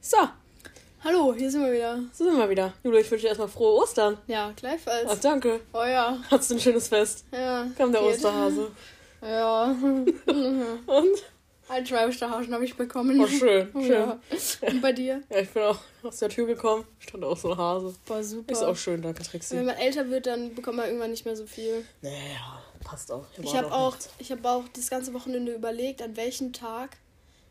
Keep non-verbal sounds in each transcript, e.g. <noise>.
So, Hallo, hier sind wir wieder. so sind wir wieder. Julia, ich wünsche dir erstmal frohe Ostern. Ja, Ach, gleichfalls. danke. Oh ja. Hattest du ein schönes Fest? ja Kam der geht. Osterhase. <laughs> Ja. Und? Ein Schweibesterhauschen habe ich bekommen. Oh, <laughs> schön, schön. Ja. Und bei dir? Ja, ich bin auch aus der Tür gekommen, stand auch so ein Hase. Boah, super. Ist auch schön, danke Wenn Trixie. man älter wird, dann bekommt man irgendwann nicht mehr so viel. Naja, passt auch. Wir Ich waren habe auch, nicht. ich habe auch das ganze Wochenende überlegt, an welchem Tag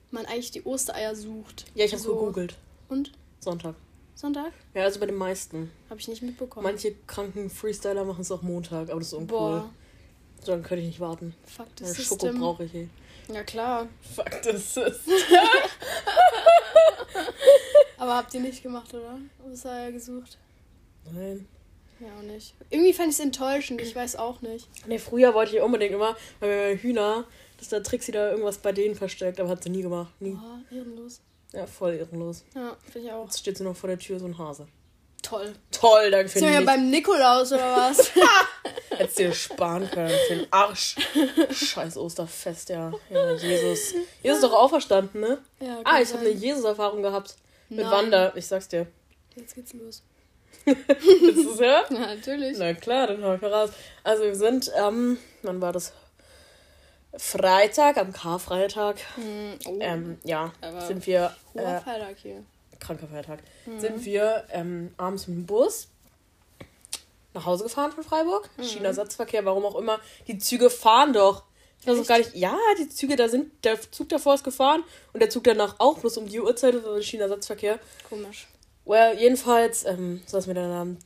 man eigentlich die Ostereier sucht. Ja, ich habe So. gegoogelt. Und Sonntag. Sonntag? Ja, also bei den meisten. Habe ich nicht mitbekommen. Manche kranken Freestyler machen es auch Montag, aber das ist uncool. Boah, So, dann könnte ich nicht warten. fuck das Meine Schoko System. brauche ich eh. Ja klar. Fuck, das ist. Aber habt ihr nicht gemacht, oder? Ostereier gesucht? Nein. Ja, auch nicht. Irgendwie fand ich es enttäuschend, ich weiß auch nicht. Nee, früher wollte ich unbedingt immer, weil wir bei Hühner, dass der Trixie da irgendwas bei denen versteckt, aber hat sie nie gemacht. Nie. Boah, Oh, ehrenlos. Ja, voll ehrenlos. Ja, finde ich auch. Jetzt steht sie noch vor der Tür, so ein Hase. Toll. Toll, danke für Sind wir ja den beim Nikolaus oder <laughs> was? Hättest dir sparen können für den Arsch. Scheiß Osterfest, ja. ja Jesus. Jesus ist doch auferstanden, ne? ja, kann Ah, ich habe eine sein. Jesus-Erfahrung gehabt. Mit Nein. Wanda, ich sag's dir. Jetzt geht's los. Willst du's hören? Ja, natürlich. Na klar, dann hau ich mal raus. Also wir sind, ähm, wann war das? Freitag, am Karfreitag, Hm, oh, ähm, ja, Aber- sind wir, hoher äh, Freitag hier. kranker Feiertag, sind wir ähm, abends mit dem Bus nach Hause gefahren von Freiburg. Schienenersatzverkehr, warum auch immer. Die Züge fahren doch. Ich weiß auch gar nicht, ja, die Züge, da sind, der Zug davor ist gefahren und der Zug danach auch, bloß um die Uhrzeit, das war Schienenersatzverkehr. Komisch. Well, jedenfalls ähm, saßen wir dann am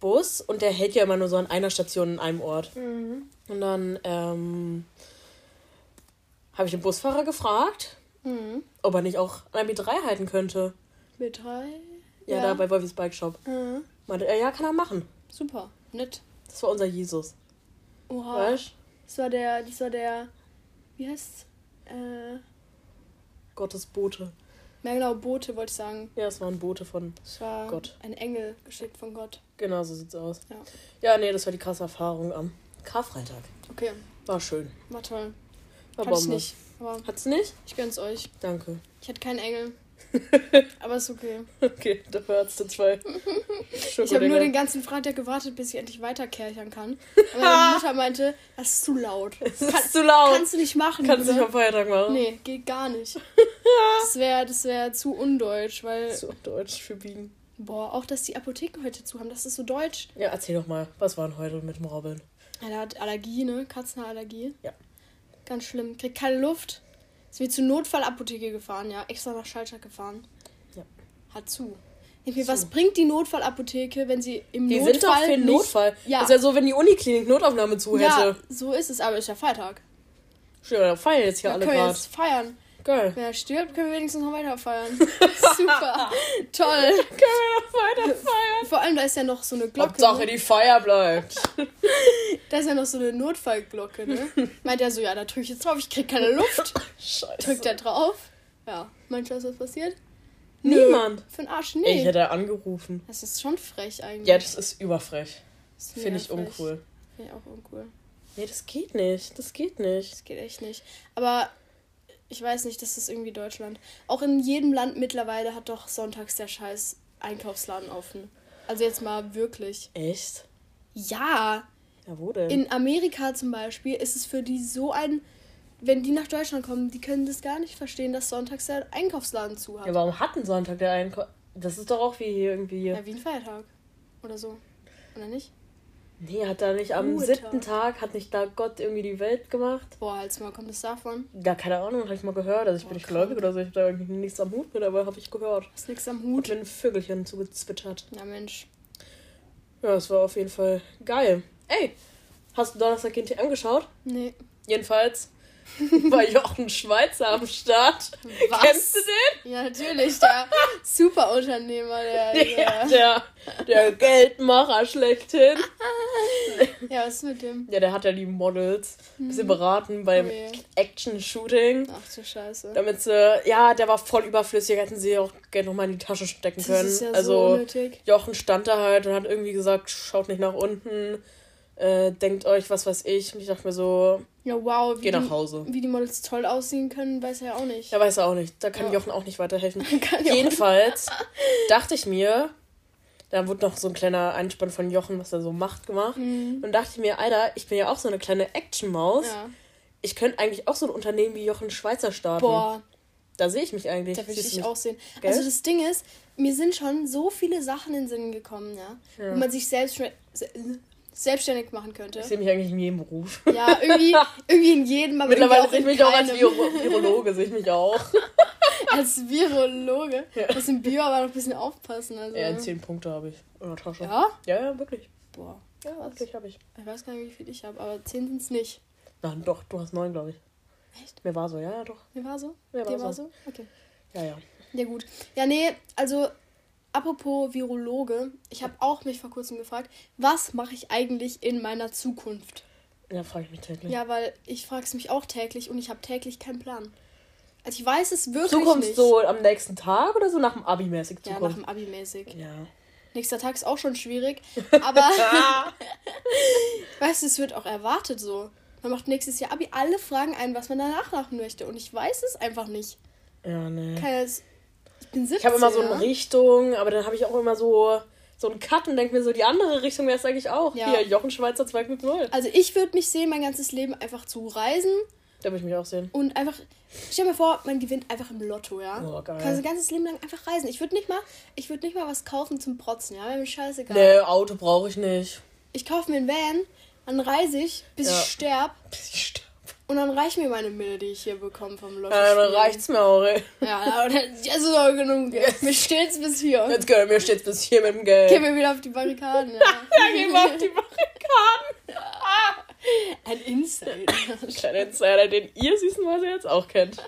Bus und der hält ja immer nur so an einer Station in einem Ort. Mhm. Und dann ähm, habe ich den Busfahrer gefragt, Mhm. ob er nicht auch an MB3 halten könnte. Mit drei? Ja, Ja. da bei Wolfis Bike Shop. Mhm. Meinte er, äh, ja, kann er machen. Super. Nett. Das war unser Jesus. Oha. Weißt Das war der, das war der, wie heißt's? Äh, Gottes Bote. ja genau, Bote wollte ich sagen. Ja, es war ein Bote von. Es war Gott. ein Engel geschickt von Gott. Genau, so sieht's aus. Ja. Ja, nee, das war die krasse Erfahrung am Karfreitag. Okay, War schön. war toll. War Hatte ich nicht. Aber Hat's nicht? ich gönn's euch. Danke. <laughs> Ich hatte keinen Engel. aber ist okay. Okay, dafür hat's den zwei. <laughs> Ich habe nur den ganzen Freitag gewartet, bis ich endlich weiterkerchern kann. <laughs> Und meine Mutter meinte, das ist zu laut. Es ist zu laut. Kannst du nicht machen. Kannst du nicht Bruder. am Feiertag machen. Nee, geht <laughs> gar nicht. Das wäre das wär zu undeutsch, weil. Zu deutsch für Biegen. Boah, auch dass die Apotheken heute zu haben, das ist so deutsch. Ja, erzähl doch mal, was war denn heute mit dem Robin? Ja, der hat Allergie, ne? Katzenhaarallergie. Ja. Ganz schlimm. Kriegt keine Luft. Ist mir zur Notfallapotheke gefahren, ja. Extra nach Schaltschak gefahren. Ja. Hat zu. Irgendwie, Zu. was bringt die Notfallapotheke, wenn sie im Die Notfall. sind doch für den nicht- Notfall. Ja. Ist ja so, wenn die Uniklinik Notaufnahme zu Ja, hätte. so ist es, aber ist ja Freitag. Schön, da feiern jetzt hier Ja, alle können wir gerade. jetzt feiern. Geil. Wenn er stirbt, können wir wenigstens noch weiter <laughs> feiern. Super. Toll. Können wir noch weiter feiern? Vor allem, da ist ja noch so eine Glocke. Hauptsache ne? die Feier bleibt. Da ist ja noch so eine Notfallglocke, ne? <laughs> Meint er so, ja, da drück ich jetzt drauf, ich krieg keine Luft. Scheiße. Drückt er drauf. Ja. Meinst du, was ist passiert? Niemand. Für den Arsch, Ey, Ich nee. hätte angerufen. Das ist schon frech eigentlich. Ja, das ist überfrech. Das ist Finde mega ich frech. uncool. Finde ich auch uncool. Nee, das geht nicht. Das geht nicht. Das geht echt nicht. Aber ich weiß nicht, das ist irgendwie Deutschland. Auch in jedem Land mittlerweile hat doch sonntags der scheiß Einkaufsladen offen. Also jetzt mal wirklich. Echt? Ja, Ja, wo denn? in Amerika zum Beispiel ist es für die so ein. Wenn die nach Deutschland kommen, die können das gar nicht verstehen, dass sonntags der Einkaufsladen zu hat. ja, Ja, warum hat ein Sonntag der Einkauf? Das ist doch auch wie hier irgendwie. wie ein Feiertag. Oder so. Oder nicht? Nee, hat da nicht am Ruhetag. siebten Tag, hat nicht da Gott irgendwie die Welt gemacht? Boah, jetzt mal kommt das davon. Ja, keine Ahnung, habe ich mal gehört. Also ich Boah, bin nicht krank. gläubig oder so, ich habe da irgendwie nichts am Hut mit, aber habe ich gehört. Hast nix am Gut, Hut. wenn ein Vögelchen zugezwitschert. Na Mensch. Ja, es war auf jeden Fall geil. Ey, hast du Donnerstag GNT angeschaut? Nee. <laughs> Jedenfalls war Jochen Schweizer am Start. Was? Kennst du den? Ja, natürlich, <laughs> der Superunternehmer, der. Der, der der, <laughs> der Geldmacher schlechthin. ja, was ist mit dem? Ja, der hat ja die Models ein bisschen beraten beim Oh je. Action-Shooting. Ach du Scheiße. Damit sie, ja, der war voll überflüssig, hätten sie auch Geld nochmal in die Tasche stecken Das können. ist ja so also, unnötig. Jochen stand da halt und hat irgendwie gesagt, schaut nicht nach unten. äh, denkt euch, was weiß ich. Und ich dachte mir so, Ja, wow. Wie geh nach die, Hause. wie die Models toll aussehen können, weiß er ja auch nicht. Ja, weiß er auch nicht. Da kann Ja. Jochen auch nicht weiterhelfen. <laughs> Kann ich auch nicht. <laughs> Jedenfalls dachte ich mir, da wurde noch so ein kleiner Einspann von Jochen, was er so macht, gemacht. Und dachte ich mir, Alter, ich bin ja auch so eine kleine Action-Maus. Mhm. Ja. Ich könnte eigentlich auch so ein Unternehmen wie Jochen Schweizer starten. <laughs> Boah, Da sehe ich mich eigentlich. da will Siehst du ich mich? auch sehen. Gell? Also das Ding ist, mir sind schon so viele Sachen in den Sinn gekommen, ja. Ja. Wo man sich selbst, se- selbstständig machen könnte. Ich sehe mich eigentlich in jedem Beruf. <laughs> Ja, irgendwie, irgendwie in jedem, aber Mittlerweile irgendwie sehe ich auch in mich auch als keinem. Viro Virologe, sehe ich mich auch. <laughs> als Virologe. Ja. Das im Bio aber noch ein bisschen aufpassen. Also. Ja, zehn Punkte habe ich in der Tasche. Ja, ja? ja, wirklich. Boah. Ja, wirklich habe ich. Ich weiß gar nicht, wie viel ich habe, aber 10 sind es nicht. Na doch, du hast neun, glaube ich. Echt? Mir war so, ja, ja, doch. Mir war so? Mir war Dir so. war so? Okay. Ja, ja. Ja, gut. Ja, nee, also apropos Virologe, ich habe auch mich vor kurzem gefragt, was mache ich eigentlich in meiner Zukunft? Ja, frage ich mich täglich. Ja, weil ich frage es mich auch täglich und ich habe täglich keinen Plan. Also ich weiß es wirklich Zukunft nicht. so am nächsten Tag oder so nach dem Abi mäßig ja, nach Zukunft? dem Abi mäßig. Ja. Nächster Tag ist auch <laughs> schon schwierig, aber weißt du, es wird auch erwartet so. Man macht nächstes Jahr Abi alle Fragen ein, was man danach machen möchte. Und ich weiß es einfach nicht. Ja, nee. Keine, es- ich bin 17. Ich habe immer so ja? eine Richtung, aber dann habe ich auch immer so, so einen Cut und denke mir so, die andere Richtung wäre es eigentlich auch. Ja. Hier, Jochen Schweizer 2.0. Also ich würde mich sehen, mein ganzes Leben einfach zu reisen Da würde ich mich auch sehen. und einfach. Stell dir mal vor, man gewinnt einfach im Lotto, ja? Oh, geil. Kannst du dein ganzes Leben lang einfach reisen. Ich würde nicht mal, ich würde nicht mal was kaufen zum Protzen, ja? Wäre mir scheißegal. Nee, Auto brauche ich nicht. Ich kaufe mir einen Van, dann reise ich, bis Ja. ich sterb Bis ich sterbe. und dann reicht mir meine Mille, die ich hier bekomme vom Lotto. Ja, dann reicht's mir auch. ey. Ja, aber dann- das ist auch genug. Yes. Mir steht's bis hier. Jetzt gehört mir stets bis hier mit dem Geld. Gehen wir wieder auf die Barrikaden. <laughs> Ja. Ja, geh mal auf die Barrikaden. <laughs> Ein Insider. Kleiner Insider, den ihr süßenweise jetzt auch <laughs> kennt.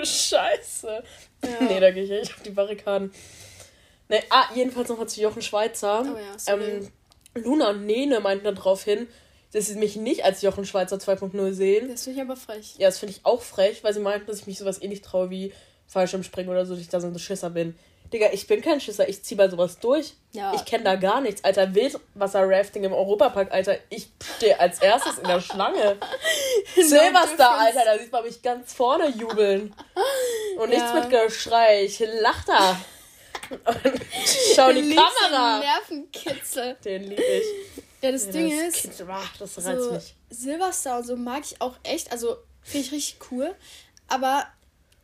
Scheiße. Nee, da gehe ich echt auf die Barrikaden. Nee, ah, jedenfalls nochmal zu Jochen Schweizer. Oh ja, sorry. ähm, Luna und Nene meinten dann darauf hin, dass sie mich nicht als Jochen Schweizer 2.0 sehen. Das finde ich aber frech. Ja, das finde ich auch frech, weil sie meinten, dass ich mich sowas eh nicht traue wie Fallschirmspringen oder so, dass ich da so ein Schisser bin. Digga, ich bin kein Schisser, ich ziehe bei sowas durch. Ja. Ich kenne da gar nichts. Alter, Wildwasser-Rafting im Europapark, Alter, ich stehe als erstes in der <laughs> Schlange. Silverstar, difference. Alter, da sieht man mich ganz vorne jubeln. Und nichts Ja. mit Geschrei, ich lach da. Und schau in die Links Kamera. ein Nervenkitzel. Den lieb ich. Ja, das Ding das ist, Kind, ah, das reizt so mich. Silverstar und so mag ich auch echt. Also finde ich richtig cool. Aber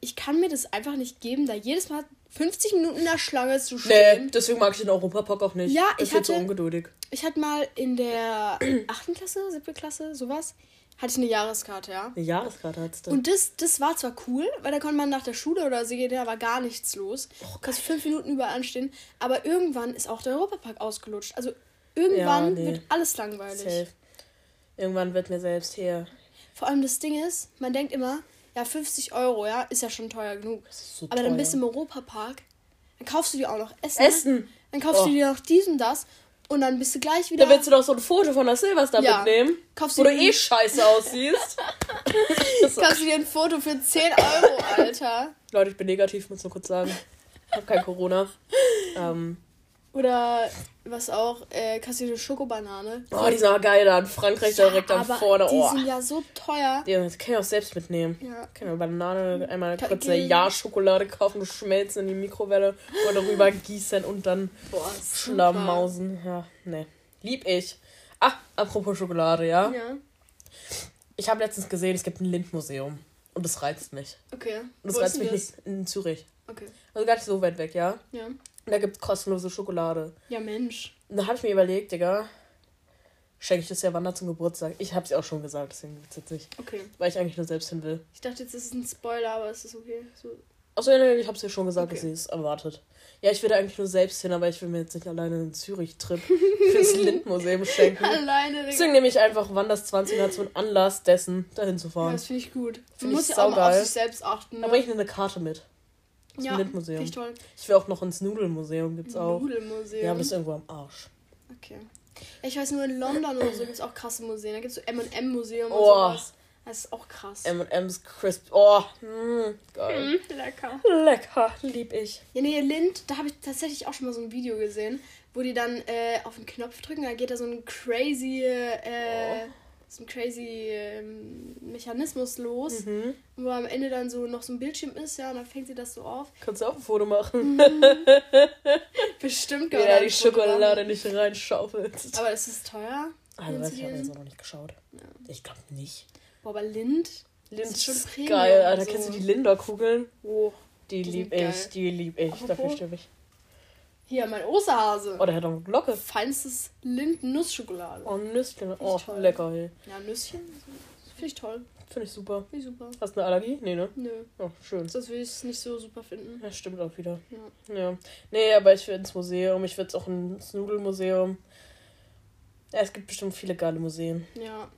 ich kann mir das einfach nicht geben, da jedes Mal 50 Minuten in der Schlange zu stehen. Nee, deswegen mag ich den Europapark auch nicht. Ja, das ich wird so hatte- ungeduldig. Ich hatte mal in der <clears throat> 8. Klasse, 7. Klasse, sowas, hatte ich eine Jahreskarte, ja. Eine Jahreskarte hat's da. Und das, das war zwar cool, weil da konnte man nach der Schule oder so gehen, da war gar nichts los. Oh Du kannst fünf Minuten überall anstehen. Aber irgendwann ist auch der Europapark ausgelutscht. Also irgendwann Ja, nee. wird alles langweilig. Safe. Irgendwann wird mir selbst hier. Vor allem das Ding ist, man denkt immer, ja, 50 Euro, ja, ist ja schon teuer genug. Das ist so Aber dann bist du teuer. im Europapark, dann kaufst du dir auch noch Essen. Essen. Dann kaufst Oh. du dir noch dies und das. Und dann bist du gleich wieder. Da willst du doch so ein Foto von der Silverstar Ja. mitnehmen, Kaufst wo du du eh scheiße aussiehst. so. <laughs> kaufst du dir ein Foto für 10 Euro, Alter. Leute, ich bin negativ, muss nur kurz sagen. Ich hab kein Corona. Ähm, Oder was auch, äh, kaufst du dir eine Schokobanane. oh, die sind aber geil da in Frankreich direkt da Aber vorne. Die Oh. sind ja so teuer. Die das kann ich auch selbst mitnehmen. Ja. Kann eine Banane, einmal Kann- kurze Ja-Schokolade kaufen, schmelzen in die Mikrowelle und darüber gießen und dann Boah, Schlammmausen. Ja, ne. Lieb ich. Ah, apropos Schokolade, ja. Ja, Ich habe letztens gesehen, es gibt ein Lind-Museum. Und das reizt mich. okay. Und das Wo ist reizt denn mich das? nicht in Zürich. Okay. Also gar nicht so weit weg, ja. Ja. Und da gibt es kostenlose Schokolade. ja, Mensch. Und da habe ich mir überlegt, Digga, schenke ich das der Wanda zum Geburtstag. Ich habe es ja auch schon gesagt, deswegen gibt's jetzt nicht. Okay. Weil ich eigentlich nur selbst hin will. Ich dachte, jetzt ist es ein Spoiler, aber es ist okay. So. Achso, ja, nee, ich habe es ja schon gesagt, Okay. dass sie es erwartet. Ja, ich will da eigentlich nur selbst hin, aber ich will mir jetzt nicht alleine einen Zürich-Trip <laughs> fürs Lind-Museum schenken. <laughs> Alleine, Also, Digga. Deswegen nehme ich einfach Wanders 20 er zum Anlass dessen, dahin zu Ja, fahren. das finde ich gut. Man Find ich muss ja auch mal saugeil. auf sich selbst achten. Ne? Da bringe ich mir eine Karte mit. zum ja, Lindmuseum. finde ich toll. Ich will auch noch ins Nudelmuseum, gibt's Mhm. auch. Nudelmuseum. Ja, aber das ist irgendwo am Arsch. okay. Ja, Ich weiß nur, in London oder so gibt es auch krasse Museen. Da gibt es so M&M-Museum und Oh. sowas. Das ist auch krass. M&M's Crisp. Oh, mm, geil. Mm, lecker. Lecker, lieb ich. Ja, nee, Lind, da habe ich tatsächlich auch schon mal so ein Video gesehen, wo die dann äh, auf den Knopf drücken, da geht da so ein crazy, äh, Oh. so ein crazy ähm, Mechanismus los, Mhm. wo am Ende dann so noch so ein Bildschirm ist, ja, und dann fängt sie das so auf. Kannst du auch ein Foto machen? Bestimmt Wie geil. du da die Schokolade nicht reinschaufelst. Aber ist es teuer? Also Kennst weiß du ich, habe diesen? jetzt auch noch nicht geschaut. Ich glaube nicht. Boah, aber Lind, Lind ist schon ist Premium, geil, Alter. also. Kennst du die Linder-Kugeln? oh, Die, Die lieb sind geil. ich, die lieb ich. Apropos- Dafür stimme ich. hier, mein Osterhase. Oh, der hat auch eine Glocke. Feinstes Lind-Nussschokolade. Oh, ein Nüsschen. Oh, toll. lecker, ey. Ja, Nüsschen, finde ich toll. Finde ich super. Finde ich super. Hast du eine Allergie? Nee, ne? Nö, Oh, schön. sonst würde ich es nicht so super finden. Ja, stimmt auch wieder. Ja. Ja. Nee, aber ich will ins Museum. Ich will jetzt auch ins Nudelmuseum. Ja, es gibt bestimmt viele geile Museen. ja.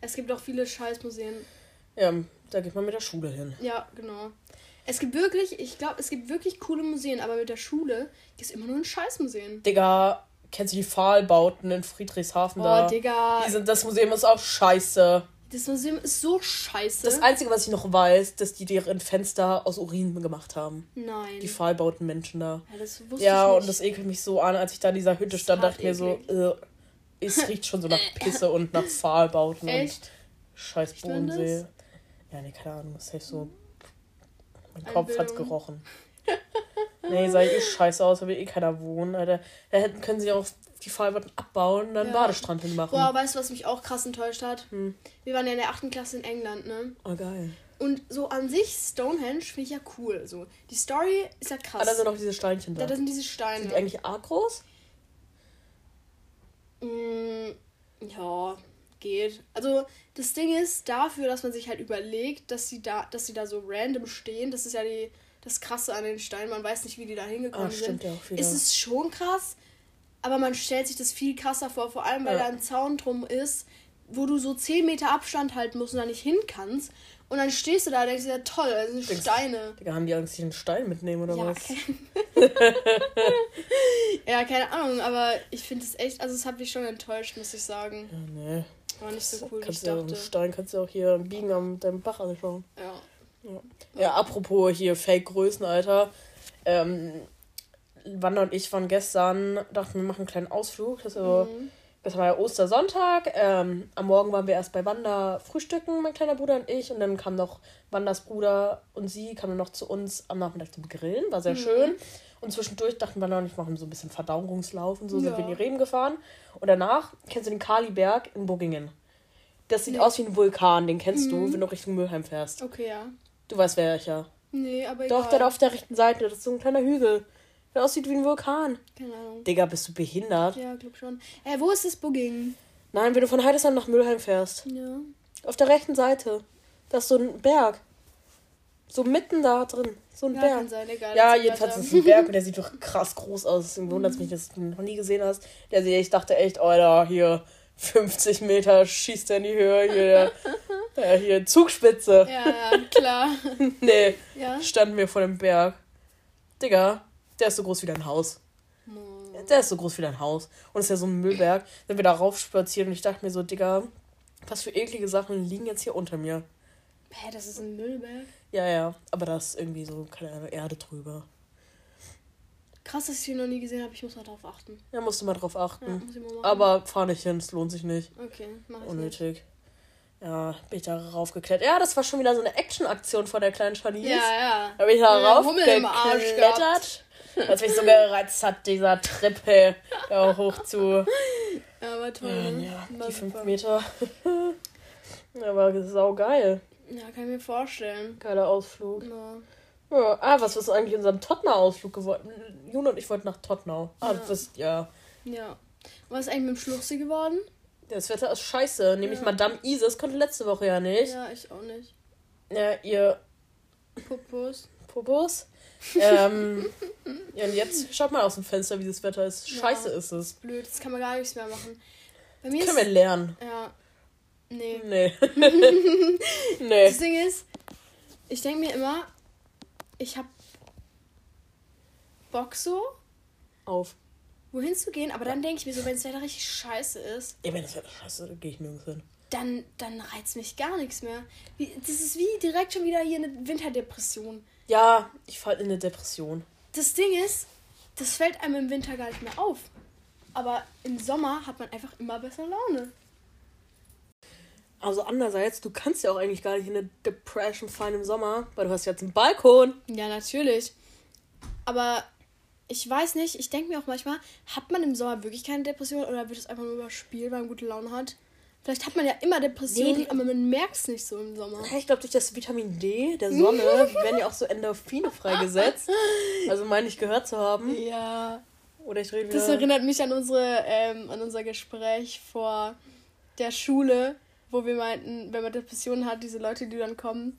Es gibt auch viele Scheißmuseen. Ja, da geht man mit der Schule hin. Ja, genau. Es gibt wirklich, ich glaube, es gibt wirklich coole Museen, aber mit der Schule gehst du immer nur in Scheißmuseen. Digga, kennst du die Pfahlbauten in Friedrichshafen da? Oh, Digga. Die sind, das Museum ist auch scheiße. Das Museum ist so scheiße. Das Einzige, was ich noch weiß, dass die deren Fenster aus Urin gemacht haben. Nein. Die Pfahlbauten Menschen da. ja, das Mhm. wusste Ja, ich und das nicht. ekelt mich so an, als ich da in dieser Hütte Das stand, ist dachte ich mir so, hart äh, es riecht schon so <laughs> nach Pisse und nach Pfahlbauten Echt? und scheiß Riecht man Bodensee. das? Hm. Ja, nee, keine Ahnung, ist echt so. Mein Kopf Einbildung. hat's <laughs> gerochen. Nee, sah eh scheiße aus, da will eh keiner wohnen, Alter. Da hätten, können sie auch die Pfahlbauten abbauen und dann Ja. Badestrand hinmachen. Boah, weißt du, was mich auch krass enttäuscht hat? Hm. Wir waren ja in der 8. Klasse in England, ne? Oh, geil. Und so an sich, Stonehenge finde ich ja cool. So. Die Story ist ja krass. Ah, da sind auch diese Steinchen da. da, da Sind sind diese die Steine. eigentlich arg groß? Mm, ja, geht. Also das Ding ist, dafür, dass man sich halt überlegt, dass sie da, dass sie da so random stehen, das ist ja die, das Krasse an den Steinen, man weiß nicht, wie die da Ah, hingekommen stimmt sind. ja auch wieder. Ist es schon krass, aber man stellt sich das viel krasser vor, vor allem weil Ja. da ein Zaun drum ist, wo du so 10 Meter Abstand halten musst und da nicht hin kannst. Und dann stehst du da und denkst dir, ja toll, das sind Denkst- Steine. Digga, haben die Angst, sich einen Stein mitnehmen oder Ja, was? kein ja, keine Ahnung, aber ich finde es echt, also es hat mich schon enttäuscht, muss ich sagen. Ja, nee. War nicht so cool, wie ich kannst du ja dachte. einen Stein kannst du auch hier biegen am deinem Bach anschauen. Ja. Ja, apropos hier Fake-Größen, Alter. Ähm, Wanda und ich waren gestern, dachten, wir machen einen kleinen Ausflug. Das, war- Mhm. das war ja Ostersonntag. Ähm, am Morgen waren wir erst bei Wanda frühstücken, mein kleiner Bruder und ich. Und dann kam noch Wandas Bruder und sie kamen noch zu uns am Nachmittag zum Grillen. War sehr Mhm. schön. Und zwischendurch dachten Wanda und ich machen so ein bisschen Verdauungslauf und so sind Ja. wir in die Reben gefahren. Und danach kennst du den Kaliberg in Buggingen. Das sieht Nee. Mhm. aus wie ein Vulkan, den kennst du, wenn du Richtung Mülheim fährst. Okay, ja. Du weißt, welcher. Nee, aber Doch, egal. dann auf der rechten Seite. Das ist so ein kleiner Hügel. Der aussieht wie ein Vulkan. Keine Ahnung. Digga, bist du behindert? Ja, glaub schon. Äh, wo ist das Bugging? Nein, wenn du von Heidesheim nach Mülheim fährst. Ja. Auf der rechten Seite. Da ist so ein Berg. So mitten da drin. So ein Ja, kann Berg. sein, egal. Ja, erzähl jedenfalls weiter. ist es ein Berg und der sieht doch krass groß aus. Deswegen wundert es mich, dass du ihn noch nie gesehen hast. Der sieht, ich dachte echt, oh, da hier 50 Meter schießt er in die Höhe. Hier, der, äh, hier Zugspitze. Ja, ja, klar. Nee, ja. standen wir vor dem Berg. Digga, der ist so groß wie dein Haus. Mo. Der ist so groß wie dein Haus. Und ist ja so ein Müllberg. Sind wir da rauf spaziert und ich dachte mir so, Digga, was für eklige Sachen liegen jetzt hier unter mir. Hä, das ist ein Müllberg. Ja, ja. Aber da ist irgendwie so, keine Ahnung, Erde drüber. Krass, dass ich den noch nie gesehen habe. Ich muss mal drauf achten. Da musst du mal drauf Ja, achten. muss ich mal machen. Hm. Aber fahr nicht hin, es lohnt sich nicht. Okay, mach ich nicht. Unnötig. Ja, bin ich da raufgeklettert. Ja, das war schon wieder so eine Action-Aktion von der kleinen Charlize. Ja, ja. Da bin ich da Ja, Hummel im Arsch raufgeklettert. Was mich so gereizt hat, dieser Trip, hey, da hoch zu Ja, war toll. Ja, ne? ja, War die fünf super. Meter. <laughs> Aber saugeil. Ja, kann ich mir vorstellen. Geiler Ausflug. Ja. Ja, ah, was ist eigentlich unserem Tottenau-Ausflug geworden? Jun und ich wollten nach Tottenau. Ah, Ja. ja. Das, ja. ja. Was ist eigentlich mit dem Schluchsi geworden? Das Wetter ist scheiße. Nämlich Ja. Madame Isis konnte letzte Woche ja nicht. Ja, ich auch nicht. Ja, ihr Popos. Popos. <laughs> ähm, ja, und jetzt schaut mal aus dem Fenster, wie das Wetter ist. Scheiße Ja. ist es. Blöd, das kann man gar nichts mehr machen. Bei mir Können wir Hm. ist. lernen? Ja. Nee. <laughs> Nee. Das nee. Ding ist, ich denke mir immer, ich habe Bock so, Auf. wohin zu gehen, aber dann denke ich mir so, wenn das Wetter richtig scheiße ist, Ja, wenn das Wetter scheiße ist, gehe ich nirgends hin. dann, dann reizt mich gar nichts mehr. Wie- Das ist wie direkt schon wieder hier eine Winterdepression. Ja, ich fall in eine Depression. Das Ding ist, das fällt einem im Winter gar nicht mehr auf. Aber im Sommer hat man einfach immer bessere Laune. Also andererseits, du kannst ja auch eigentlich gar nicht in eine Depression fallen im Sommer, weil du hast jetzt einen Balkon. Ja, natürlich. Aber ich weiß nicht, ich denke mir auch manchmal, hat man im Sommer wirklich keine Depression oder wird es einfach nur überspielt, weil man gute Laune hat? Vielleicht hat man ja immer Depressionen, Nee, die- aber man merkt es nicht so im Sommer. Ja, Ich glaube, durch das Vitamin D der <laughs> Sonne werden ja auch so Endorphine freigesetzt. Also meine ich gehört zu haben. Ja. Oder ich rede Das wieder... erinnert mich an, unsere, ähm, an unser Gespräch vor der Schule, wo wir meinten, wenn man Depressionen hat, diese Leute, die dann kommen,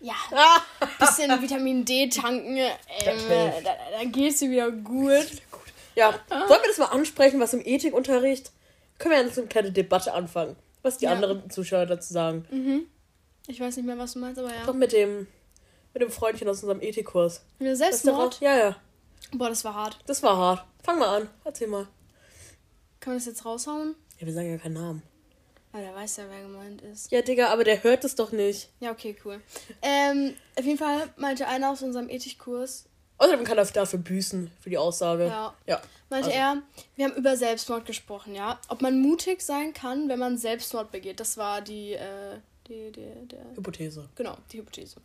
ja, Ah! <laughs> bisschen Vitamin D tanken, ähm, hilft. da- dann geht's dir wieder gut. Ja, Ah. sollen wir das mal ansprechen, was im Ethikunterricht... Können wir ja so eine kleine Debatte anfangen, was die Ja. anderen Zuschauer dazu sagen. Ich weiß nicht mehr, was du meinst, aber ja. Doch mit dem, mit dem Freundchen aus unserem Ethikkurs. Mit Weißt du Selbstmord? auch? Ja, ja. Boah, das war hart. Das war hart. Fang mal an. Erzähl mal. Kann man das jetzt raushauen? Ja, wir sagen ja keinen Namen. Aber der weiß ja, wer gemeint ist. Ja, Digga, aber der hört es doch nicht. Ja, okay, cool. Ähm, auf jeden Fall meinte einer aus unserem Ethikkurs, Außerdem kann er dafür büßen, für die Aussage. ja, Ja. meinte Also. er, wir haben über Selbstmord gesprochen, ja. Ob man mutig sein kann, wenn man Selbstmord begeht. Das war die, äh, die, die, der, Hypothese. genau, die Hypothese.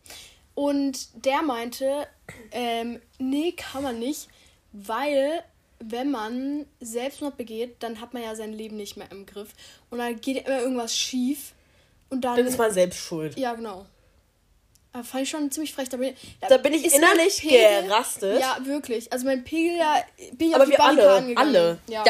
Und der meinte, ähm, nee, kann man nicht, weil wenn man Selbstmord begeht, dann hat man ja sein Leben nicht mehr im Griff. Und dann geht immer irgendwas schief. Und dann, Dann ist man selbst schuld. Ja, genau. Aber fand ich schon ziemlich frech. Da bin, Da bin ich ist mein innerlich Pegel- gerastet. Ja, wirklich. Also mein Pegel, ja, bin ich aber auf die wir alle, Barrikaden gegangen. alle. Ja,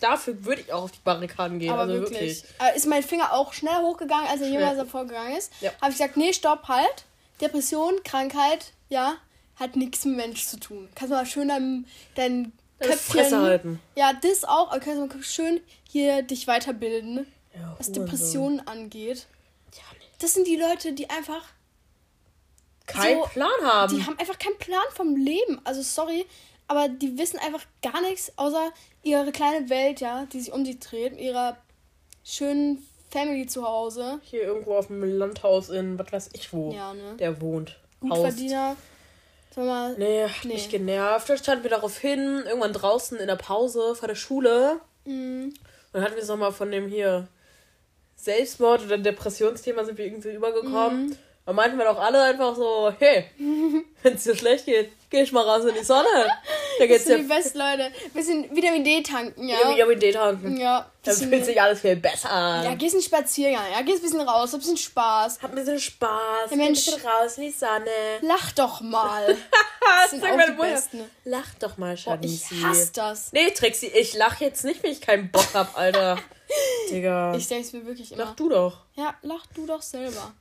Dafür würde ich auch auf die Barrikaden gehen. aber also wirklich. wirklich. Aber Ist mein Finger auch schneller hochgegangen, als er Schnell. jemals davor gegangen ist. Ja. Habe ich gesagt, nee, stopp, halt. Depression, Krankheit, ja, hat nichts mit Mensch zu tun. Kannst du mal schön dein, dein Deine Köpfchen... Fresse halt. halten. Ja, das auch. Aber kannst du mal schön hier dich weiterbilden, Ja, was Hurensohn. Depressionen angeht. Ja, nee. Das sind die Leute, die einfach Keinen So, Plan haben. Die haben einfach keinen Plan vom Leben. Also sorry, aber die wissen einfach gar nichts außer ihre kleine Welt, ja, die sich um sie dreht, mit ihrer schönen Family zu Hause. Hier irgendwo auf dem Landhaus in was weiß ich wo. Ja, ne? Der wohnt. Haust. Gutverdiener. Sag mal, Nee, hat Nee. mich genervt. Dann standen wir darauf hin, irgendwann draußen in der Pause vor der Schule. mm, Dann hatten wir es nochmal von dem hier Selbstmord oder Depressionsthema sind wir irgendwie übergekommen. Mhm. Da meinten wir doch alle einfach so, <laughs> hey, wenn es dir schlecht geht, geh ich mal raus in die Sonne. Da das geht's sind die dir besten Leute. Bisschen Vitamin D tanken, ja. ja. Vitamin D tanken. Ja, Dann bisschen, fühlt sich alles viel besser ja, an. gehst einen Spaziergang, ja, gehst ein bisschen raus, hab ein bisschen Spaß. Hab ein bisschen Spaß, Ja, geh ein Mensch. bisschen raus in die Sonne. Lach <laughs> doch mal. Das sind Sag auch mal, die woher? Besten. Lach doch mal, Boah, ich Schattensi. hasse das. nee, Trixi, ich lach jetzt nicht, wenn ich keinen Bock hab, <laughs> Alter. Digga. Ich denk's mir wirklich lach immer. du doch. Ja, lach du doch selber.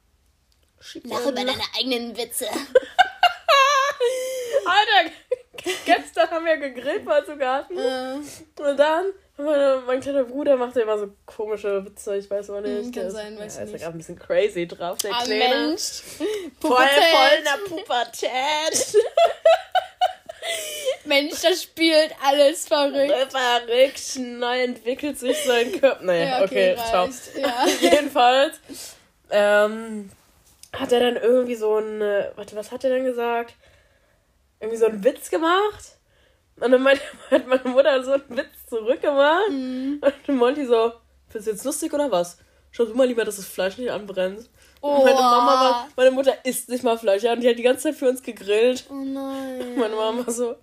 Ähm, Schieb Lache über deine eigenen Witze. Alter, <laughs> gestern haben wir gegrillt mal zu Garten. <laughs> Äh. Und dann, meine, mein kleiner Bruder macht ja immer so komische Witze, ich weiß auch nicht. Mhm, kann Der ist- sein, weiß ja, ich ist nicht. ja gerade ein bisschen crazy drauf, der Ah, Kleine. Mensch. Voll, voll in der <laughs> Pubertät. Mensch, das spielt alles verrückt. Verrückt, neu entwickelt sich sein Körper. Naja, Ja, okay, okay, ciao. reicht. Ja. Jedenfalls ähm, hat er dann irgendwie so ein, äh, warte, was hat er denn gesagt? Irgendwie so einen Witz gemacht. Und dann meinte, <laughs> hat meine Mutter so einen Witz zurückgemacht. Und dann Monty so, findest du jetzt lustig oder was? Schau du mal lieber, dass das Fleisch nicht anbrennt. Und <laughs> Meine Oh. Mama war, meine Mutter isst nicht mal Fleisch, ja, und die hat die ganze Zeit für uns gegrillt. Oh <laughs> nein. Meine Mama war so.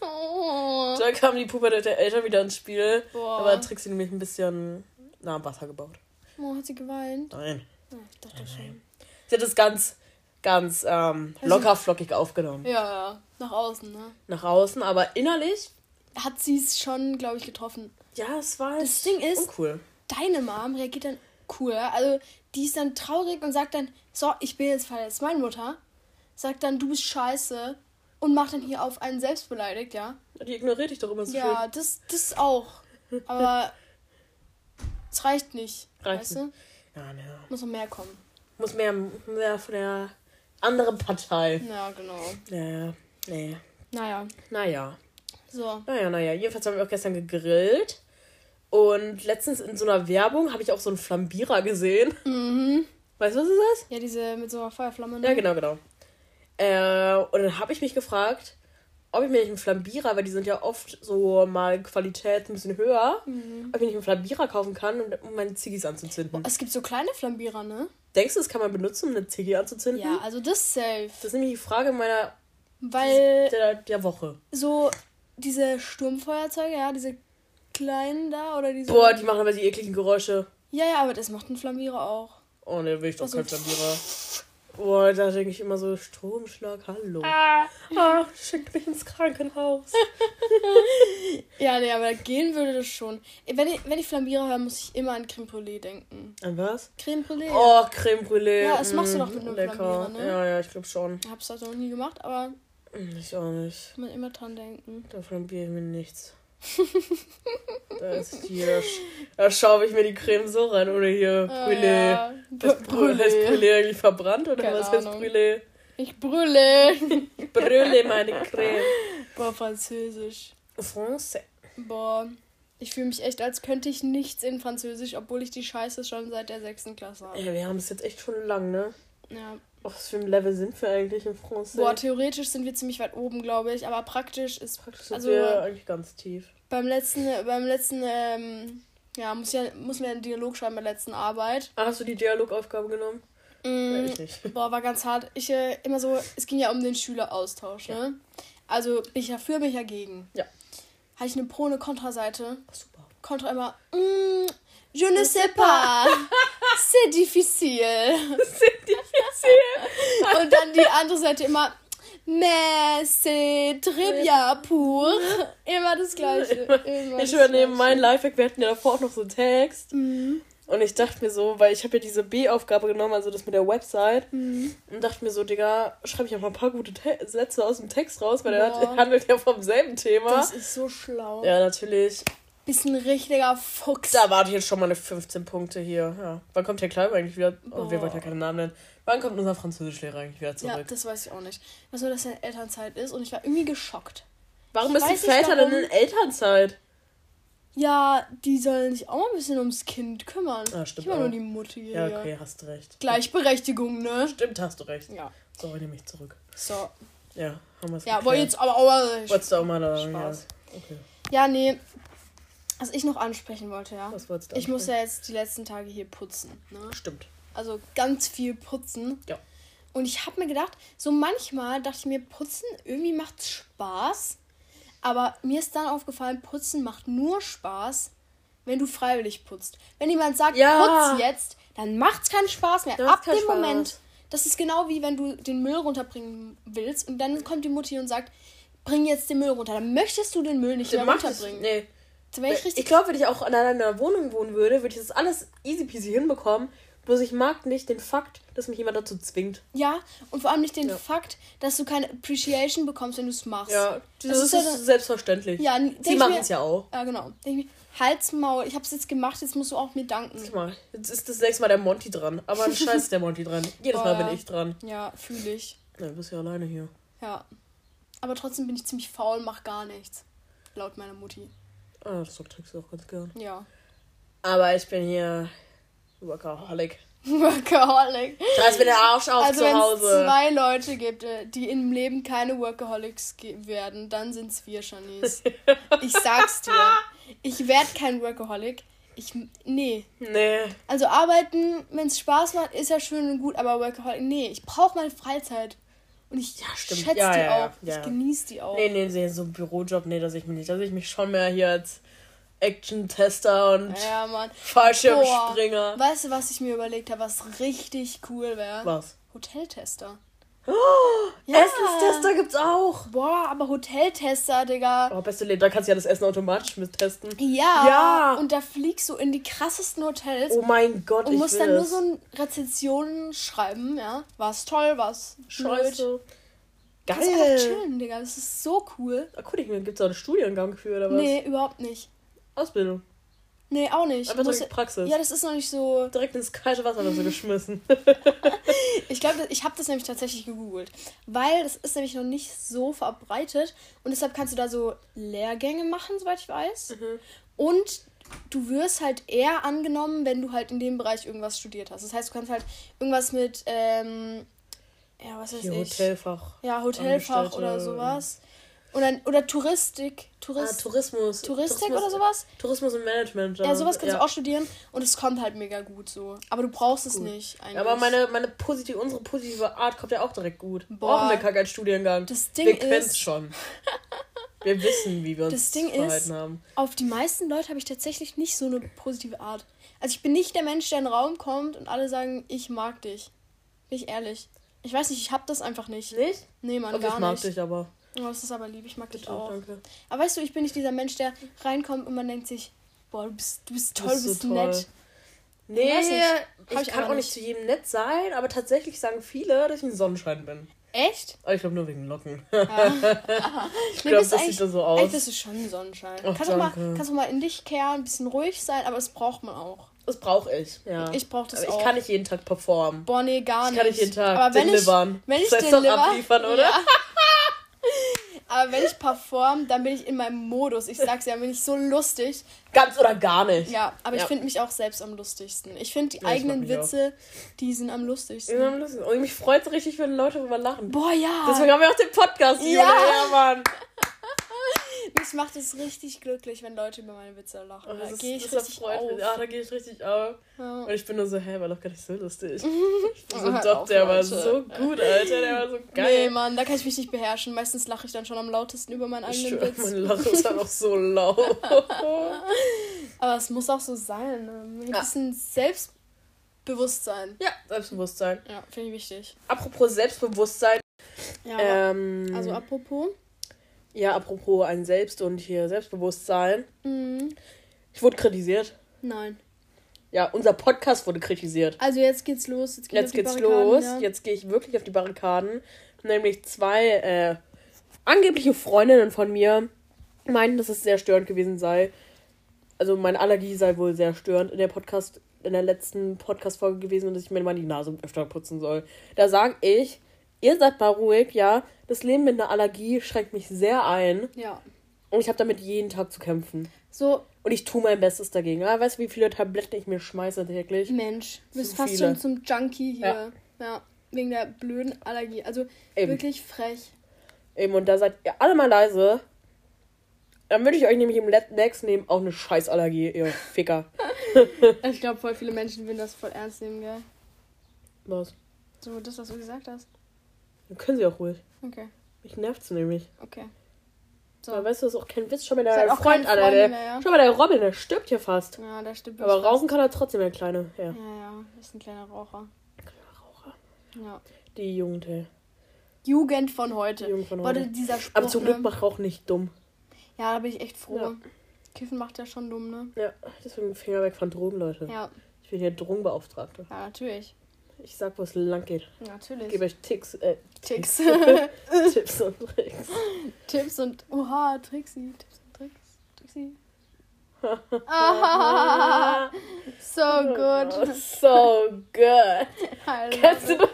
Oh. Da kam die Pubertät der Eltern wieder ins Spiel. Boah. Aber Trixie nämlich ein bisschen nah am Wasser gebaut. oh, hat sie geweint? Nein. Ja, ich dachte schon. Sie hat es ganz, ganz ähm, locker flockig aufgenommen. Ja, ja. Nach außen, ne? Nach außen, aber innerlich, Hat sie es schon, glaube ich, getroffen. ja, es war Das Ding ist- uncool. Deine Mom reagiert dann cool. ja? Also, die ist dann traurig und sagt dann, so, ich bin jetzt verletzt. Meine Mutter sagt dann, du bist scheiße. Und macht dann hier auf einen selbst beleidigt, ja? Die ignoriert dich doch immer so Ja, das, das auch. <laughs> Aber es reicht nicht. Reicht weißt du? schön. Ja, ja. Muss noch mehr kommen. Muss mehr, mehr von der anderen Partei. Ja, genau. Naja, nee. Naja, Naja, so. naja, naja. Jedenfalls haben wir auch gestern gegrillt. Und letztens in so einer Werbung habe ich auch so einen Flambierer gesehen. Mhm. Weißt du, was ist Ja, diese mit so einer Feuerflamme. ne? das? Ja, genau, genau. Äh, und dann habe ich mich gefragt, ob ich mir nicht einen Flambierer, weil die sind ja oft so mal Qualität ein bisschen höher, ob ich mir nicht einen Flambierer kaufen kann, um, um meine Ziggis anzuzünden. Mhm. Oh, Es gibt so kleine Flambierer, ne? Denkst du, das kann man benutzen, um eine Ziggy anzuzünden? Ja, also das safe. Das ist nämlich die Frage meiner Weil der, der Woche. so diese Sturmfeuerzeuge, ja, diese kleinen da oder diese. Boah, die machen aber die ekligen Geräusche. Ja, ja, aber das macht ein Flambierer auch. Oh ne, will ich doch Also- kein Flambierer. Boah, da denke ich immer so, Stromschlag, hallo. Ah, schickt mich ins Krankenhaus. Ja, nee, aber gehen würde das schon. Wenn ich, wenn ich Flambierer höre, muss ich immer an Creme Brûlée denken. An was? Creme Brûlée? Oh, Creme Brûlée. Ja, das machst du doch mm, mit einem lecker. Flambierer, ne? Ja, ja, ich glaube schon. Mm, Hab's halt noch nie gemacht, aber Ich auch nicht. kann man immer dran denken. Da flambiere ich mir <laughs> nichts. da ist hier. Da schaube ich mir die Creme so rein, ohne hier Brûlée. Ah, ja. Heißt Brûlée. heißt Brûlée. Brûlée eigentlich verbrannt oder Keine was heißt Ahnung. Brûlée? Ich brülle. Brûlée, meine Creme. Boah, Französisch. Français. Boah. Ich fühle mich echt, als könnte ich nichts in Französisch, obwohl ich die Scheiße schon seit der sechsten Klasse habe. Ja, wir haben es jetzt echt schon lang, ne? Ja. Auf was für einem Level sind wir eigentlich in Français? Boah, theoretisch sind wir ziemlich weit oben, glaube ich, aber praktisch ist Praktisch sind also- wir eigentlich ganz tief. beim letzten, beim letzten, ähm, ja, muss ja, muss mir einen Dialog schreiben bei der letzten Arbeit. Ah, hast du die Dialogaufgabe genommen? Mm, Weiß ich nicht. Boah, war ganz hart. Ich äh, immer so, es ging ja um den Schüleraustausch, ne? Also bin ich ja für mich ja gegen. Ja. Hatte ich eine Pro, eine Kontraseite. super. Kontra immer, mm, je ne sais <laughs> pas. C'est difficile. Sind die diffizil? Und dann die andere Seite immer, mais c'est Äh, très bien pour. Immer <laughs> das Gleiche. Immer Ich das übernehme Gleiche. meinen Lifehack. Wir hatten ja davor auch noch so einen Text. Mhm. Und ich dachte mir so, weil ich habe ja diese B-Aufgabe genommen, also das mit der Website. Mhm. Und dachte mir so, Digga, schreibe ich einfach ein paar gute Te Sätze aus dem Text raus, weil der Boah. hat, handelt ja vom selben Thema. Das ist so schlau. ja, natürlich. Bist ein richtiger Fuchs. Da warte ich jetzt schon mal eine 15 Punkte hier. Ja. Wann kommt der Kleiber eigentlich wieder? Oh, wir Boah. wollten ja keinen Namen nennen. Wann kommt unser Französischlehrer eigentlich wieder Ja, zurück? das weiß ich auch nicht. Was nur, dass er in Elternzeit ist und ich war irgendwie geschockt. warum ich ist die weiß nicht, Väter denn warum- in Elternzeit? Ja, die sollen sich auch mal ein bisschen ums Kind kümmern. Ah, stimmt Ich war auch. nur die Mutti. Ja, hier. okay, hast du recht. Gleichberechtigung, ne? Stimmt, hast du recht. Ja. Sorry, nehme ich zurück. So. Ja, haben wir es Ja, wollte jetzt aber auch mal. Wolltest du auch mal da Spaß. Ja. Okay, Ja, nee. Was ich noch ansprechen wollte, ja. was wolltest du Ich muss ansprechen? ja jetzt die letzten Tage hier putzen. Ne? Stimmt. Also ganz viel putzen. Ja. Und ich habe mir gedacht, so manchmal dachte ich mir, putzen irgendwie macht Spaß. Aber mir ist dann aufgefallen, putzen macht nur Spaß, wenn du freiwillig putzt. Wenn jemand sagt, Ja. putz jetzt, dann macht's keinen Spaß mehr. Dann Ab macht's keinen dem Spaß. Moment. Das ist genau wie wenn du den Müll runterbringen willst und dann kommt die Mutti und sagt, bring jetzt den Müll runter. Dann möchtest du den Müll nicht mehr machst es. runterbringen. Nee. Da wär ich Ich, richtig glaube, wenn ich auch in einer Wohnung wohnen würde, würde ich das alles easy peasy hinbekommen. Bloß ich mag nicht den Fakt, dass mich jemand dazu zwingt. Ja, und vor allem nicht den Ja. Fakt, dass du keine Appreciation bekommst, wenn du es machst. das, Das ist, ist ja dann- selbstverständlich. Ja, n- denk Sie ich machen mir- es ja auch. Ja, genau. Denk ich mir, Halt's Maul, ich hab's jetzt gemacht, jetzt musst du auch mir danken. Guck mal, jetzt ist das nächste Mal der Monty dran. Aber <laughs> ein Scheiß ist der Monty dran. Jedes Boah, Mal bin ja. ich dran. Ja, fühle ich. Ja, du bist ja alleine hier. Ja. Aber trotzdem bin ich ziemlich faul, mach gar nichts. Laut meiner Mutti. Ah, das trickst du auch ganz gern. Ja. <laughs> Aber ich bin hier Workaholic. Workaholic. Scheiß mir den Arsch auf Also zu wenn es Hause. zwei Leute gibt, äh, die im Leben keine Workaholics ge- werden, dann sind's <laughs> wir, Shanice. ich sag's dir. Ich werd kein Workaholic. Ich, nee, Nee. Also arbeiten, wenn es Spaß macht, ist ja schön und gut, aber Workaholic, nee, ich brauche meine Freizeit. Und ich stimmt. schätze Ja, die ja, ja, auch. ja, ja. Ich genieße die auch. Nee, nee, nee, so ein Bürojob, nee, da sehe ich mich nicht. Da sehe ich mich schon mehr hier als Action-Tester und Ja, Mann. Fallschirmspringer. Weißt du, was ich mir überlegt habe, was richtig cool wäre? Was? Oh, Hoteltester. Ja. Essenstester gibt's auch. Boah, aber Hoteltester, Digga. Oh, beste Leben, da kannst du ja das Essen automatisch mit testen. Ja. Ja. Und da fliegst du in die krassesten Hotels Oh mein Gott, und ich musst will dann das. nur so ein Rezensionen schreiben, ja. War's toll, war's blöd. Scheiße. Kannst einfach Geil. chillen, Digga. Das ist so cool. Erkundig mir, gibt's da einen Studiengang für oder was? Nee, überhaupt nicht. Ausbildung. Nee, auch nicht. Einfach Muss- direkt Praxis. Ja, das ist noch nicht so. direkt ins kalte Wasser <laughs> wird so geschmissen. Ich glaube, ich habe das nämlich tatsächlich gegoogelt, weil das ist nämlich noch nicht so Mhm. verbreitet und deshalb kannst du da so Lehrgänge machen, soweit ich weiß. Und du wirst halt eher angenommen, wenn du halt in dem Bereich irgendwas studiert hast. Das heißt, du kannst halt irgendwas mit, ähm, ja, was weiß Hier ich. Hotelfach. Ja, Hotelfach Angestellte. oder sowas. Oder, oder Touristik. Ah, Tourist, Tourismus. Touristik Tourismus- oder sowas. Tourismus und Management. Ja, sowas kannst du auch studieren und es kommt halt mega gut so. Aber du brauchst es nicht eigentlich. Ja, aber meine, meine positive, unsere positive Art kommt ja auch direkt gut. Boah. Brauchen wir gar keinen Studiengang. Das Ding wir können's ist- schon. Wir wissen, wie wir uns Das Ding ist- verhalten haben. Auf die meisten Leute habe ich tatsächlich nicht so eine positive Art. Also ich bin nicht der Mensch, der in den Raum kommt und alle sagen, ich mag dich. Bin ich ehrlich. Ich weiß nicht, ich hab das einfach nicht. Nicht? Nee, Mann, Aber Also ich gar mag nicht. dich aber. Oh, das ist aber lieb, ich mag dich Bitte, auch. danke. Aber weißt du, ich bin nicht dieser Mensch, der reinkommt und man denkt sich, boah, du bist, du bist toll, Bist bist, so toll. nett. Nee, Weiß nicht. Hab ich, ich kann aber auch nicht nicht. zu jedem nett sein, aber tatsächlich sagen viele, dass ich ein Sonnenschein bin. Echt? Aber ich glaube nur wegen Locken. <laughs> Ich glaub, das sieht da so aus. Eigentlich bist du schon ein Sonnenschein. Ach, kannst, auch mal, danke. kannst auch mal in dich kehren, ein bisschen ruhig sein, aber das braucht man auch. Das brauche ich. Ja. Ich brauch das aber auch. Ich kann nicht jeden Tag performen. Boah, nee, gar Ich nicht. kann nicht jeden Tag aber wenn delivern. Ich, wenn ich Das heißt doch deliver, abliefern, oder? <laughs> Ja. aber wenn ich perform, dann bin ich in meinem Modus. Ich sag's ja, bin ich so lustig. Ganz oder gar nicht. Ja, aber Ja. ich finde mich auch selbst am lustigsten. Ich finde die Ja, ich eigenen mach mich Witze, die sind am lustigsten. Ja, das ist- Und mich freut es richtig, wenn Leute darüber lachen. Boah, ja. Deswegen haben wir auch den Podcast hier. Ja. Ja, Mann. Mich macht es richtig glücklich, wenn Leute über meine Witze lachen. Und Oh, da das ist- gehe ich das Ah, richtig freut auf. mich. Ja, da gehe ich richtig auf. Ja. Und ich bin nur so, hä, war doch gar nicht so <laughs> lustig. Ich bin so Hört Doc, auf, der war Leute. so gut, Alter. Der war so Nee, geil. Mann, da kann ich mich nicht beherrschen. Meistens lache ich dann schon am lautesten über meinen ich eigenen schwöre, Witz. mein Lachen ist einfach so <laughs> laut. Aber es muss auch so sein. ne? Ein Ja. bisschen Selbstbewusstsein. ja, Selbstbewusstsein. Ja, finde ich wichtig. Apropos Selbstbewusstsein. Ja, Ähm, also apropos. ja, apropos ein Selbst und hier Selbstbewusstsein. Mhm. Ich wurde kritisiert. Nein. Ja, unser Podcast wurde kritisiert. Also jetzt geht's los. Jetzt, gehen wir auf Jetzt die geht's Barrikaden, los. Ja. Jetzt gehe ich wirklich auf die Barrikaden. Nämlich zwei äh, angebliche Freundinnen von mir meinten, dass es sehr störend gewesen sei. Also meine Allergie sei wohl sehr störend in der Podcast, in der letzten Podcast-Folge gewesen und dass ich mir mal die Nase öfter putzen soll. Da sage ich, ihr seid mal ruhig, ja. Das Leben mit einer Allergie schränkt mich sehr ein ja. und ich habe damit jeden Tag zu kämpfen. So, Und ich tue mein Bestes dagegen. Ah, weißt du, wie viele Tabletten ich mir schmeiße täglich? Mensch, du bist Zu fast viele. schon zum Junkie hier. Ja. Wegen der blöden Allergie. Also Eben. wirklich frech. Eben, und da seid ihr alle mal leise. Dann würde ich euch nämlich im Let- nächsten nehmen auch eine Scheißallergie, ihr Ficker. Also Ich glaube, voll viele Menschen würden das voll ernst nehmen, gell? Was? So, das, was du gesagt hast. Dann können sie auch ruhig. Okay, Mich nervt's nämlich. okay. So. Aber weißt du, das ist auch kein Witz. Schon mal Seid der auch Freund, keine Alter. Freunde Der, mehr, ja. Schau mal, der Robin, der stirbt hier fast. Ja, da stimmt. Aber was. rauchen kann er trotzdem, der Kleine. Ja. Ja, ja, das ist ein kleiner Raucher. Raucher. Ja. Die Jugend, ey. Jugend von heute. Die Jugend von Warte, heute. dieser Spruch. Aber zum Glück ne? macht Rauchen nicht dumm. Ja, da bin ich echt froh. Ja. Kiffen macht ja schon dumm, ne? Ja, deswegen Finger weg von Drogen, Leute. Ja, Ich bin hier Drogenbeauftragte. ja natürlich. Ich sag, wo es lang geht. Ich Natürlich. gebe euch Ticks, <laughs> äh, Ticks. Tipps und Tricks. Tipps und. Oha, Trixi. Tipps und Tricks. <laughs> Trixi. ah, so Oh, <laughs> <laughs> gut. so good. Kennst du das?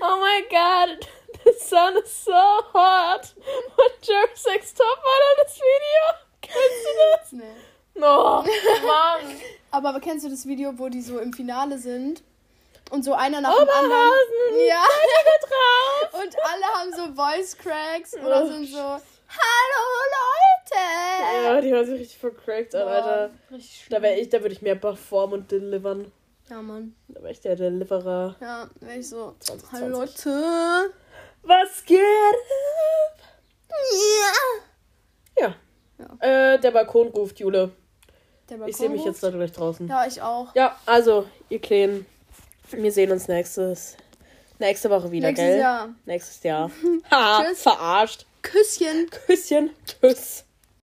Oh my god, the sun is so hot. Und Jerk Sex Topmodel das Video. Kennst du das? Nee. No, Mann. Aber, aber kennst du das Video, wo die so im Finale sind? Und so einer Oh nach dem anderen. Oberhausen. Ja. Leute drauf. Und alle haben so Voice Cracks Oh oder sind so Hallo Leute! Ja, die hören sich richtig vercrackt an, Alter. Boah, richtig schlimm. Da wäre ich, da würde ich mehr performen und delivern. Ja, Mann. Da wäre ich der Deliverer. Ja, wäre ich so. 20, Hallo Leute! Was geht? ab? Ja. Ja. Äh, der Balkon ruft Jule. Der Ich sehe mich Balkon jetzt ruft. da gleich draußen. Ja, ich auch. Ja, also, ihr Kleinen, wir sehen uns nächstes, nächste Woche wieder, Nächstes gell? Jahr. <laughs> Nächstes Jahr. Ha, Tschüss. verarscht. Küsschen! Küsschen. Tschüss.